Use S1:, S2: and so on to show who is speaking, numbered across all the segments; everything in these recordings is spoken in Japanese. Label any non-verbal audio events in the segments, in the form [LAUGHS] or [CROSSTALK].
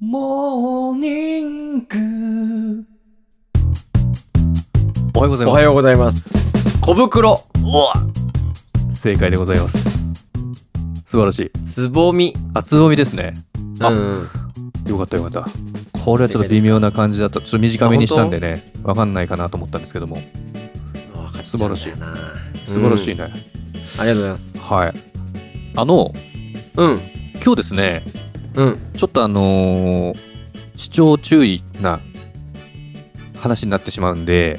S1: モーニング。
S2: おはようございます。
S3: おはようございます。小袋、
S2: 正解でございます。素晴らしい。
S3: つぼみ。
S2: あ、つぼみですね。あ
S3: うん。
S2: よかったよかった。これはちょっと微妙な感じだった。ちょっと短めにしたんでね、わかんないかなと思ったんですけども。素晴らしい
S3: な。
S2: 素晴らしいね。
S3: ありがとうございます。
S2: はい。あの、
S3: うん。
S2: 今日ですね、
S3: うん。
S2: ちょっとあのー視聴注意な話になってしまうんで、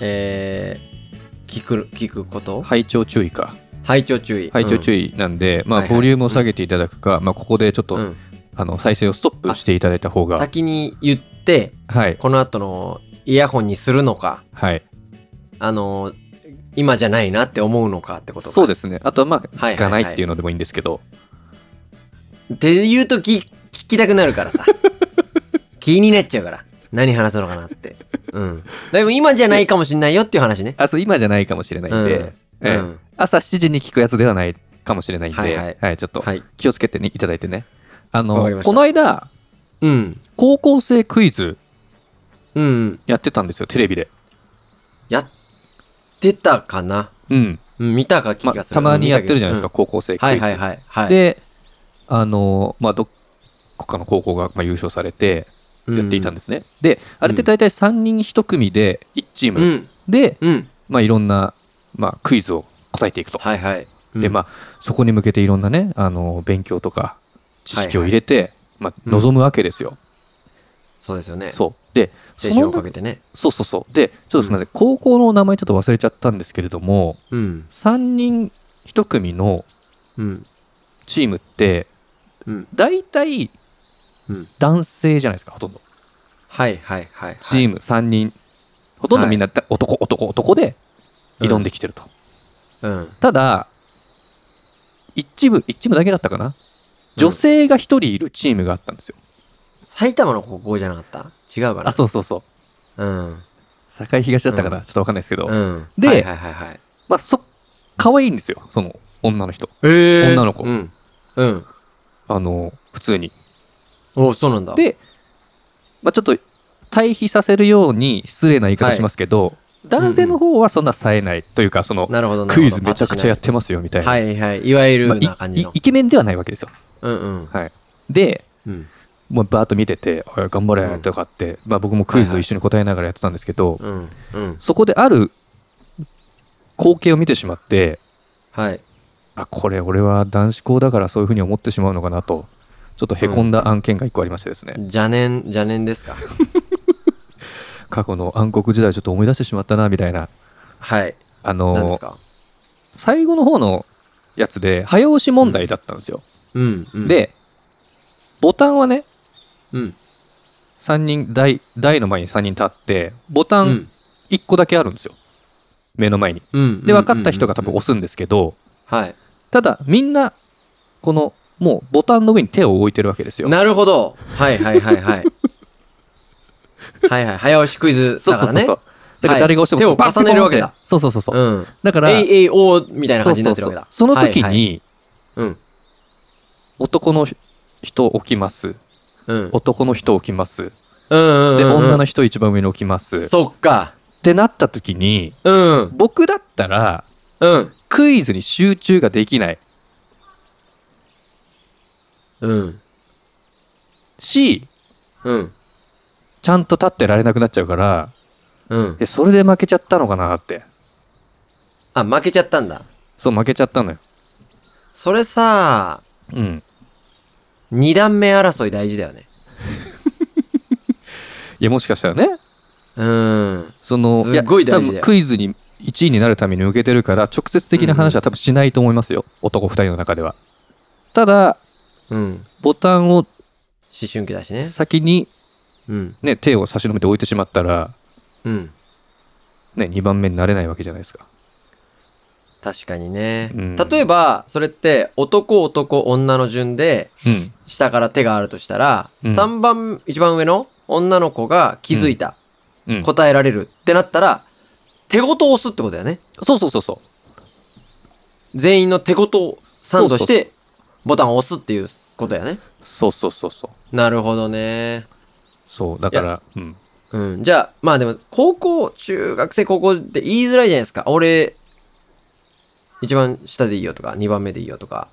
S3: えー、聞く、聞くこと
S2: 拝聴注意か。
S3: 拝聴注意。
S2: 拝聴注
S3: 意。
S2: 意なんで、まあ、
S3: はいはい
S2: ボリュームを下げていただくか、まあ、ここでちょっと、
S3: うん。
S2: あの、再生をストップしていただいた方が、
S3: 先に言って、
S2: はい、
S3: この後のイヤホンにするのか、
S2: はい。
S3: あの、今じゃないなって思うのかってことか。。
S2: そうですすね。あとはまあ、
S3: はい
S2: 聞かないっていうのでもいいんですけど、
S3: っていうとき、聞きたくなるか
S2: [LAUGHS]
S3: らさ。気になっちゃうから。何話すのかなって。うん。でも今じゃないかもしんないよっていう話ね。
S2: あ、そう、今じゃないかもしれないんで、
S3: うん
S2: ええ
S3: うん。
S2: 朝7時に聞くやつではないかもしれないんで、は、
S3: はいい
S2: は
S3: はいい
S2: ちょっと
S3: はい。
S2: 気をつけてねいただいてね。あ
S3: わかり
S2: の、
S3: ました
S2: この間、
S3: うん。
S2: 高校生クイズ
S3: うん。
S2: やってたんですよ、テレビで。
S3: やってたかな、
S2: うん。
S3: うん、見たか気
S2: ま
S3: が
S2: あ、
S3: する。
S2: たまにやってるじゃないですか、
S3: うん
S2: 高校生クイズ。
S3: はいはいはい。はい、。
S2: で、あの、まあ、どこかの高校がまあ優勝されて、やっていたんですすね。で、あれって大体3人1組で1チー
S3: う
S2: ム
S3: ん。
S2: で、
S3: うん。
S2: まあ、いろんな、まあ、クイズを答えていくと。
S3: はいはい。
S2: で、まあ、そこに向けていろんなね、あの、勉強とか、知識を入れて、まあ、
S3: うん
S2: 望むわけですよ。
S3: あ、そうですよね。
S2: そう。で、そ
S3: 青春
S2: の
S3: をかけてね。
S2: そうそうそう。で、ちょっとすみません、高校の名前ちょっと忘れちゃったんですけれども、
S3: うん。
S2: 3人1組の
S3: うん。
S2: チームって、
S3: うん。
S2: 大体
S3: うん、
S2: 男性じゃないですか、ほとんど。
S3: はいはいはい、はい。
S2: チーム3人。ほとんどみんなだ男、男、男で挑んできてると。
S3: うん。
S2: ただ、一部、一部だけだったかな。女性が1人いるチームがあったんですよ。
S3: 埼玉の高校じゃなかった違うかな
S2: あ、そうそうそう。
S3: う。うん。
S2: 堺東だったかな、
S3: うん
S2: ちょっとわかんないですけど、
S3: うん。
S2: で
S3: はいはいはいはい。
S2: まあそ可愛いんですよその女の人
S3: えー
S2: 女の子
S3: うん。うん。
S2: あの普通に
S3: おそうなんだ。、
S2: で、まあ、ちょっと対比させるように失礼な言い方しますけど、男性の方はそんな冴えないというかその
S3: なるほど
S2: ク
S3: なるほど
S2: イズめちゃくちゃやってますよみたいな、
S3: はいはい。いわゆ
S2: まあ
S3: る
S2: い
S3: な感じ
S2: い
S3: の。
S2: イケメンではないわけですよ
S3: うんうん。
S2: で
S3: うん。
S2: もうバーッと見てて「おい頑張れ」とかって、まあ、僕もクイズを一緒に答えながらやってたんですけど、
S3: うん。うん。
S2: そこである光景を見てしまって
S3: はい。
S2: あこれ俺は男子校だからそういうふうに思ってしまうのかなとちょっとへこんだ案件が1個ありましてですね、
S3: 邪念、邪念ですか
S2: 過去の暗黒時代をちょっと思い出してしまったなみたいな
S3: はい。
S2: あ
S3: 何で
S2: の
S3: すか
S2: 最後の方のやつで早押し問題だったんですよ、
S3: うん、うん。、
S2: でボタンはね
S3: うん。
S2: 3人台台の前に3人立ってボ
S3: う
S2: タン
S3: ん。
S2: 1個だけあるんですよ目の前に
S3: うん。
S2: で分かった人が多分押
S3: す。
S2: すんですけど
S3: はい。
S2: ただみんなこのもうボタンの上に手を置いてるわけですよ
S3: なるほど。はいはい
S2: [LAUGHS]
S3: はいはい。はいはい。早押しクイズ
S2: そう
S3: だか
S2: そう
S3: ら
S2: そうそ
S3: ね。
S2: うだから誰が押しても
S3: はい
S2: バッて
S3: 手を重ねるわけだ
S2: ポンってそうそうそうそう
S3: うん。
S2: だから、
S3: AAO みたいな
S2: そ
S3: 感
S2: う
S3: じにな
S2: そうそ
S3: ってるわ
S2: う
S3: けだ。
S2: その時
S3: はいはい。
S2: に
S3: うん。
S2: 男の人置きます
S3: うん。
S2: 男の人置きます
S3: うんうん。
S2: で女の
S3: 人。
S2: 人一番上に置きますっ
S3: そっか。
S2: てなった時に
S3: うん。
S2: 僕だったら
S3: うん。
S2: クイズに集中ができない
S3: うん。
S2: し
S3: うん。
S2: ちゃんと立ってられなくなっちゃうから
S3: うん。
S2: えそれで負けちゃったのかなって
S3: あ、負けちゃったんだ。
S2: そう負けちゃったのよ
S3: それさ、
S2: うん
S3: 二段目争い大事だよね。
S2: いやもしかしたらね
S3: うん。
S2: その
S3: すっごい
S2: や
S3: 大事だよ
S2: 多分クイズに1位になるために受けてるから直接的な話は多分しないと思いますよ、男2人の中ではただ
S3: うん。
S2: ボタンを
S3: 思春期だしね。
S2: 先に
S3: うん。
S2: ね、手を差し伸べて置いてしまったら、
S3: うん。
S2: ね、2番目になれないわけじゃないですか。
S3: 確かにね、
S2: うん
S3: 例えばそれって男男女の順で
S2: うん。
S3: 下から手があるとしたら、
S2: うん
S3: 3番一番上の女の子が気づいた、
S2: うん、
S3: 答えられるってなったら手言を押すってことだよね
S2: そうそうそうそ
S3: 全員の手言をサンドし
S2: そう
S3: てボタンを押すっていうことだよね
S2: う。そうそうそうそう。
S3: なるほどね。
S2: そう、だから、うん。
S3: うん。じゃあ、まあでも、高校、中学生、高校って言いづらいじゃないですか。俺、一番下でいいよとか、二番目でいいよとか。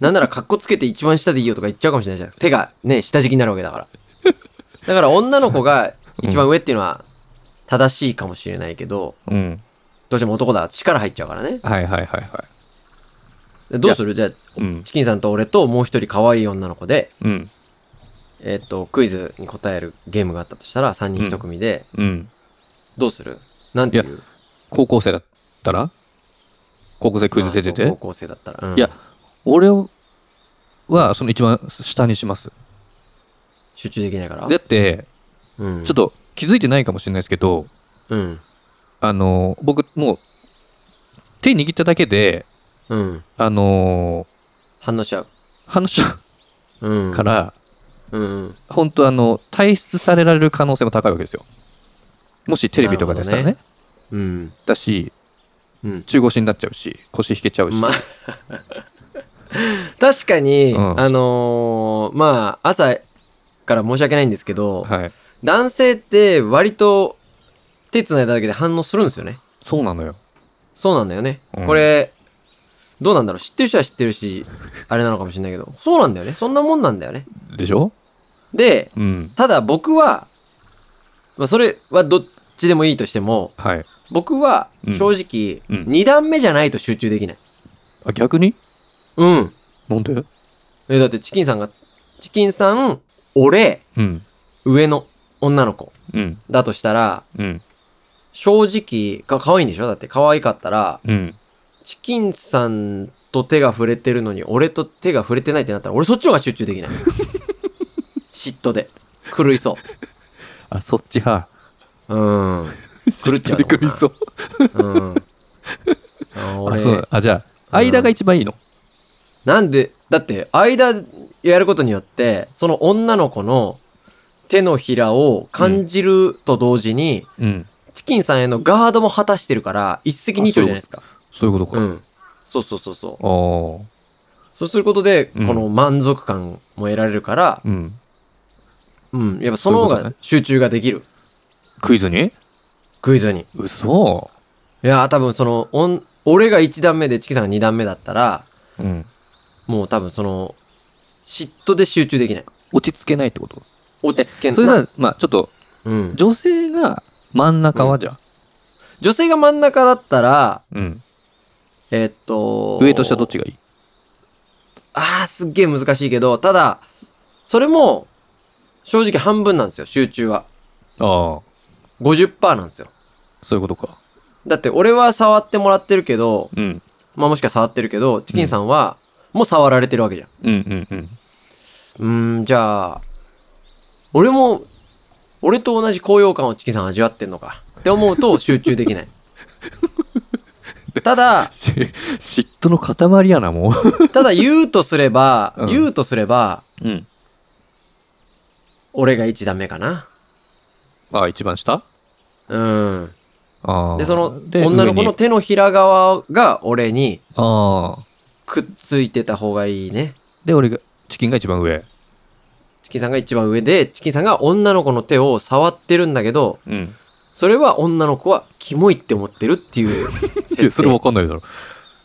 S3: なんなら、格好つけて一番下でいいよとか言っちゃうかもしれないじゃん。手がね、下敷きになるわけだから。だから、女の子が一番上っていうのは、正しいかもしれないけど、
S2: うん。
S3: どうしても男だから力入っちゃうからね。
S2: はいはいはいは
S3: でどうするじゃあ、
S2: い。うん。
S3: チキンさんと俺ともう一人可愛い女の子で、
S2: うん。
S3: えっ、と、クイズに答えるゲームがあったとしたら、3人1組で、
S2: うん。
S3: どうするなんていう
S2: 高校生だったら高校生クイズ出て
S3: あそ
S2: て
S3: う高。校生だったら。うん
S2: いや、俺は、その一番下にします。
S3: 集中できないから。
S2: だって、
S3: うん、
S2: ちょっと気づいてないかもしれないですけど、
S3: うん。
S2: あの、僕、もう、手握っただけで、
S3: うん。
S2: あの、
S3: 反応しちゃう。
S2: 話し
S3: うん。
S2: たか。ら、
S3: うんうん。
S2: 本当あの、退出されられる可能性も高いわけですよ。もしテレビとかでしたら
S3: な
S2: ね
S3: る。うん。
S2: だし、
S3: うん。
S2: 中腰になっちゃうし、腰引けちゃうし。
S3: まあ、 [LAUGHS] 確かに、
S2: うん
S3: あのーまあ、朝から申し訳ないんですけど、
S2: はい。
S3: 男性って割と手繋いだだけで反応するんですよね。
S2: そうなのよ。
S3: そうなんだよね。
S2: うん
S3: これ、どうなんだろう知ってる人は知ってるし、あれなのかもしれないけど、そうなんだよね。そんなもんなんだよね。
S2: でしょ
S3: で、
S2: うん。
S3: ただ僕は、まあ、それはどっちでもいいとしても、
S2: はい。
S3: 僕は
S2: うん
S3: 正直、
S2: うん
S3: 2段目じゃないと集中できない。
S2: あ、逆に
S3: うん。
S2: なんで
S3: え、だってチキンさんが、チキンさん、俺、
S2: うん。
S3: 上の女の子
S2: うん。
S3: だとしたら、
S2: うん。
S3: 正直、か、可愛いんでしょだって可愛かったら、
S2: うん。
S3: チキンさんと手が触れてるのに、俺と手が触れてないってなったら、俺そっちの方が集中で [LAUGHS] きない。嫉妬で。狂いそ
S2: あ、そっち派。
S3: う。うん。狂っちゃう
S2: で [LAUGHS] 狂いそう。
S3: うん。 [LAUGHS] あ
S2: あ、
S3: 俺
S2: そう。あ、じゃあ、間が一番いいの。
S3: なんで、だって、間やることによって、その女の子の手のひらを感じると同時に、
S2: うん。
S3: チキンさんへのガードも果たしてるから、一石二鳥じゃないですか。
S2: そういうこと
S3: う
S2: か。
S3: ん。そうそうそうそう。
S2: ああ。
S3: そうすることで、
S2: うん
S3: この満足感も得られるから、
S2: うん。
S3: うん。やっぱその
S2: そういう
S3: 方
S2: こと
S3: が
S2: ね
S3: 集中ができる。
S2: クイズに
S3: クイズに。
S2: 嘘
S3: いやー、多分その、おん俺が1段目でチキンさんが2段目だったら、
S2: うん。
S3: もう多分その、嫉妬で集中できない。
S2: 落ち着けないってこと
S3: 落ち着けない。
S2: それさ、まあちょっと、
S3: うん。
S2: 女性が真ん中はじゃあ、
S3: 女性が真ん中だったら、
S2: うん。
S3: えーっと。
S2: 上と下どっちがいい
S3: ああ、すっげえ難しいけど、ただ、それも、正直半分なんですよ、集中は。
S2: ああ、
S3: 50%なんですよ。
S2: そういうことか。
S3: だって、俺は触ってもらってるけど、
S2: うん。
S3: まあ、もしか触ってるけど、チキンさんは、もう触られてるわけじゃん。
S2: うんうんうん。
S3: うーん、じゃあ、俺も、俺と同じ高揚感をチキンさん味わってんのか。って思う
S2: [LAUGHS]
S3: と、集中できない。ただ、
S2: [LAUGHS] し嫉妬の塊やな、もう。
S3: ただ言うとすれば、
S2: うん
S3: 言うとすれば、
S2: うん。
S3: 俺が1段目かな。
S2: ああ、一番下
S3: うん。
S2: ああ。
S3: で、その、
S2: で
S3: 女の子の。手のひら側が俺に
S2: 上にああ。
S3: くっついてた方がいいね。
S2: で、俺が、チキンが一番上。
S3: チキンさんが一番上で、チキンさんが女の子の手を触ってるんだけど、
S2: うん。
S3: それは女の子はキモいって思ってるっ
S2: [LAUGHS]
S3: ていう設
S2: い
S3: 定。
S2: や、それわかんないだろ。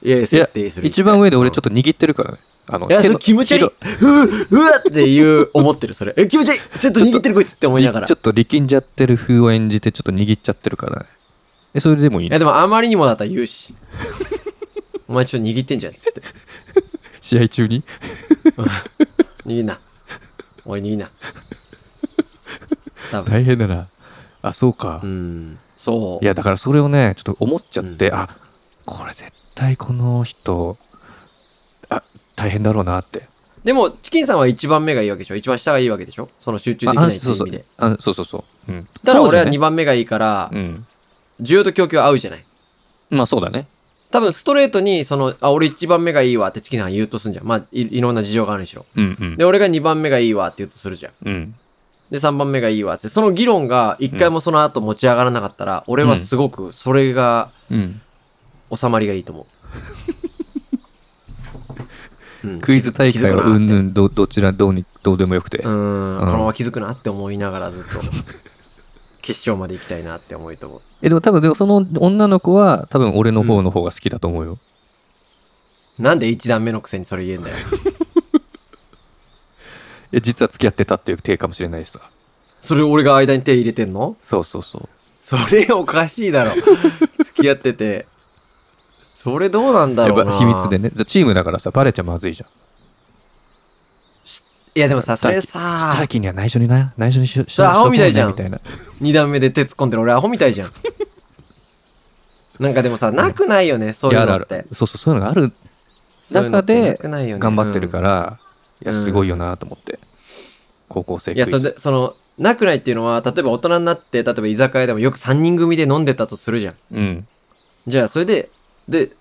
S3: いやいや、設定する。
S2: 一番上で俺ちょっと握ってるからね。あの、
S3: いや、
S2: 手
S3: そ
S2: の
S3: れ気持ち悪い。
S2: 広
S3: うう、うわっていう、思ってる、それ。え、気持ち悪いちょっと握ってるこいつって思いながら。
S2: ちょ
S3: い
S2: っと力んじゃってる風を演じて、ちょっと握っちゃってるからね。え、それでもいい
S3: や、でもあまりにもだったら言うし。お前ちょっと握ってんじゃん、つって。
S2: 試合中に
S3: 握んな。おい、握んな。多分。
S2: 大変だな。あ、そうか
S3: う。ん。そう。
S2: いや、だからそれをね、ちょっと思っちゃって、あ、これ絶対この人、あ、大変だろうなって。
S3: でも、チキンさんは一番目がいいわけでしょ一番下がいいわけでしょその集中
S2: あ
S3: できない
S2: あ
S3: っていう
S2: そう
S3: 意
S2: そう
S3: 味で。
S2: あそうそうそう。うん。
S3: だから俺
S2: そうだ
S3: は2
S2: よね
S3: 番目がいいから、
S2: うん。
S3: 需要と供給は合うじゃない
S2: まあそうだね。
S3: 多分ストレートに、その、あ、俺1番目がいいわってチキンさんが言うとすんじゃん。まあい、いろんな事情があるにしろ。
S2: うんうん
S3: で、。俺が2番目がいいわって言うとするじゃん。
S2: うん。
S3: で、3番目がいいわって。その議論が1回もその後持ち上がらなかったら、俺はすごく、それが
S2: うん。 [LAUGHS]
S3: 収まりがいいと思う。うん
S2: クイズ大
S3: 気づ
S2: 会
S3: く
S2: は
S3: な
S2: うん
S3: って
S2: ぬん、どどちらどうにどうでもよくて。
S3: うーん、
S2: うん
S3: このまま気づくなって思いながらず
S2: [LAUGHS]
S3: っと、決勝まで行きたいなって思いと思う。
S2: え、でも多分、でもその女の子は多分俺の方の方が好きだと思うよ。
S3: なんで一段目のくせにそれ言えんだよ。
S2: え、実は付き合ってたっていう体かもしれないしさ。
S3: それ俺が間に手入れてんの
S2: そうそうそう。
S3: それおかしいだろ。付き合ってて。それどうなんだ
S2: やっ
S3: ろうな。
S2: ぱ秘密でね。じゃあチームだからさ、バレちゃまずいじゃん。
S3: いやでもさ、そ
S2: タ
S3: れさ
S2: ー、キーには内緒にな、内緒にしし
S3: それアホみたいじゃん
S2: しとこうねみたい
S3: 二段目で手突っ込んでる俺アホみたいじゃん。なんかでもさ、なくないよね、そう
S2: な。い
S3: い
S2: や、
S3: う
S2: ある
S3: の
S2: あ
S3: っ
S2: る
S3: て。。
S2: そうそう、そういうのがある
S3: そういうのって
S2: 中で
S3: なくないよね
S2: 頑張ってる
S3: うん
S2: から、いや、
S3: うん
S2: すごいよなと思って。高校生
S3: いや、
S2: クイズ
S3: それで、その、なくないっていうのは、例えば大人になって、例えば居酒屋でもよく3人組で飲んでたとするじゃん。
S2: うん、
S3: じゃあ、それで、で、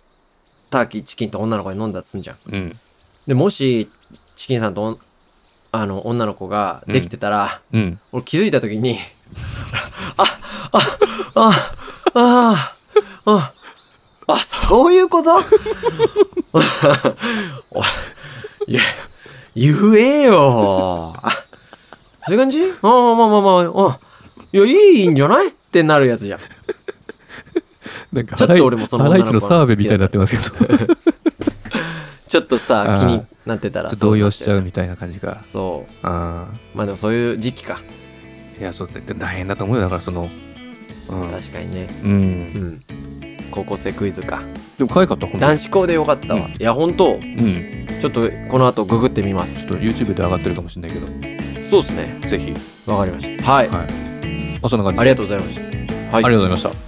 S3: ターキー、チキンと女の子に飲んだとすんじゃん。
S2: うん、
S3: で、もし、チキンさんとおん、あの、女の子ができてたら、
S2: うん。
S3: 俺気づいた時に、あ、あ、あ、あ、あ、あ、あ、そういうこと [LAUGHS] おいや、言えよ。あそういう感じああ、まあまあまあ、あ、いや、いいんじゃないってなるやつじゃん。
S2: なんか
S3: ちょっと俺もその
S2: ハ
S3: 女
S2: ラ
S3: の
S2: イ
S3: 子
S2: チ
S3: の
S2: の澤部
S3: 好きだから
S2: みたいになってますけど、ちょっ
S3: ちょっとさ
S2: あ、ー
S3: 気になってたら。
S2: と動揺しちゃ
S3: う
S2: うみたいな感じか
S3: な。。そう。
S2: あ
S3: まあでもそういう時期か。
S2: ーいや、そうだって大変だと思うよ。だから、その、う
S3: 確かにね。
S2: ん。うん
S3: う。ん。高校生クイズか。
S2: でも、可愛かった、ほんと
S3: 男子校でよかったわ。
S2: うん
S3: いや、本当
S2: うん。
S3: ちょっとこの後ググってみます
S2: ちょっと YouTube で上がってるかもしれないけど、
S3: そうですね
S2: ぜひ。
S3: わかりましたはい、
S2: はい。あ、そんな感じで。
S3: ありがとうございましたはい
S2: ありがとうございました。